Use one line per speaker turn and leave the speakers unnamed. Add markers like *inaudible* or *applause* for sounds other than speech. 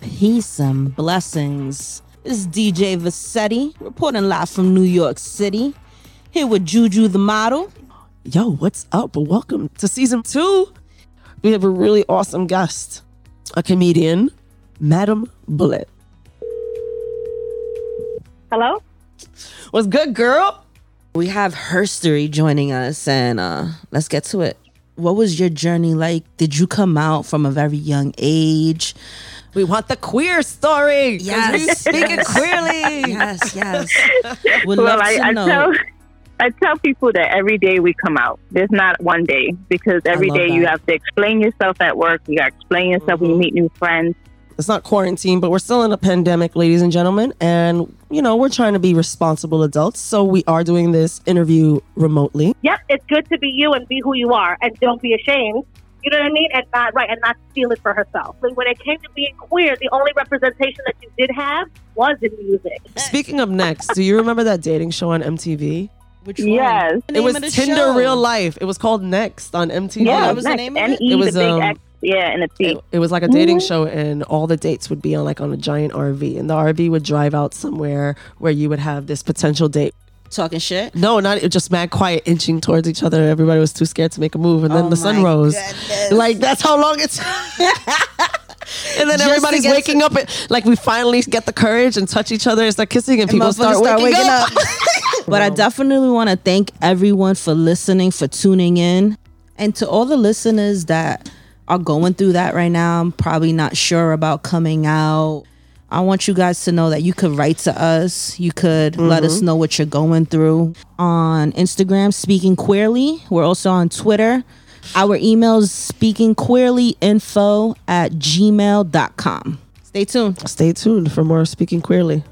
Peace and blessings. This is DJ Vassetti reporting live from New York City. Here with Juju the model.
Yo, what's up? Welcome to season two. We have a really awesome guest, a comedian, Madam Bullet.
Hello?
What's good, girl?
We have Herstory joining us, and uh, let's get to it. What was your journey like? Did you come out from a very young age?
We want the queer story. 'cause we
Yes.
speak it
*laughs*
queerly.
Yes, yes. Would
well,
love
I,
to
I
know.
tell I tell people that every day we come out. There's not one day because every
love
day you
that. Mm-hmm.
have to explain yourself at work. You got to explain yourself when you meet new friends.
It's not quarantine, but we're still in a pandemic, ladies and gentlemen. And, you know, we're trying to be responsible adults. So we are doing this interview remotely.
yep, it's good to be you and be who you are and don't be ashamed. You know what I mean? And not right and not steal it for herself. Like when it came to being queer, the only representation that you did have was in music.
*laughs* Speaking of next, do you remember that dating show on MTV?
Which one?
Yes.
The
It
name
was
of the
Tinder
show.
Real Life. It was called Next on MTV.
Yeah,
that was the
nice.
name of
E,
it?
N-E,
It
the
was,
big
um,
X, yeah, and a C.
It, it was like a dating show, and all the dates would be on like on a giant RV, and the RV would drive out somewhere where you would have this potential date.
Talking shit.
No, not it was just mad quiet, inching towards each other. Everybody was too scared to make a move,
Oh
and then the sun rose. Like that's how long it's. *laughs* and then
Just to
everybody's
get
waking up. And, like we finally get the courage and touch each other and start kissing, and, people
motherfuckers
start, waking, up. *laughs*
but I definitely want to thank everyone for listening, for tuning in. And to all the listeners that are going through that right now, I'm probably not sure about coming out. I want you guys to know that you could write to us. You could let
Mm-hmm.
us know what you're going through on Instagram, Speaking Queerly. We're also on Twitter. Our email is speakingqueerlyinfo at gmail.com. Stay tuned.
Stay tuned for more speaking queerly.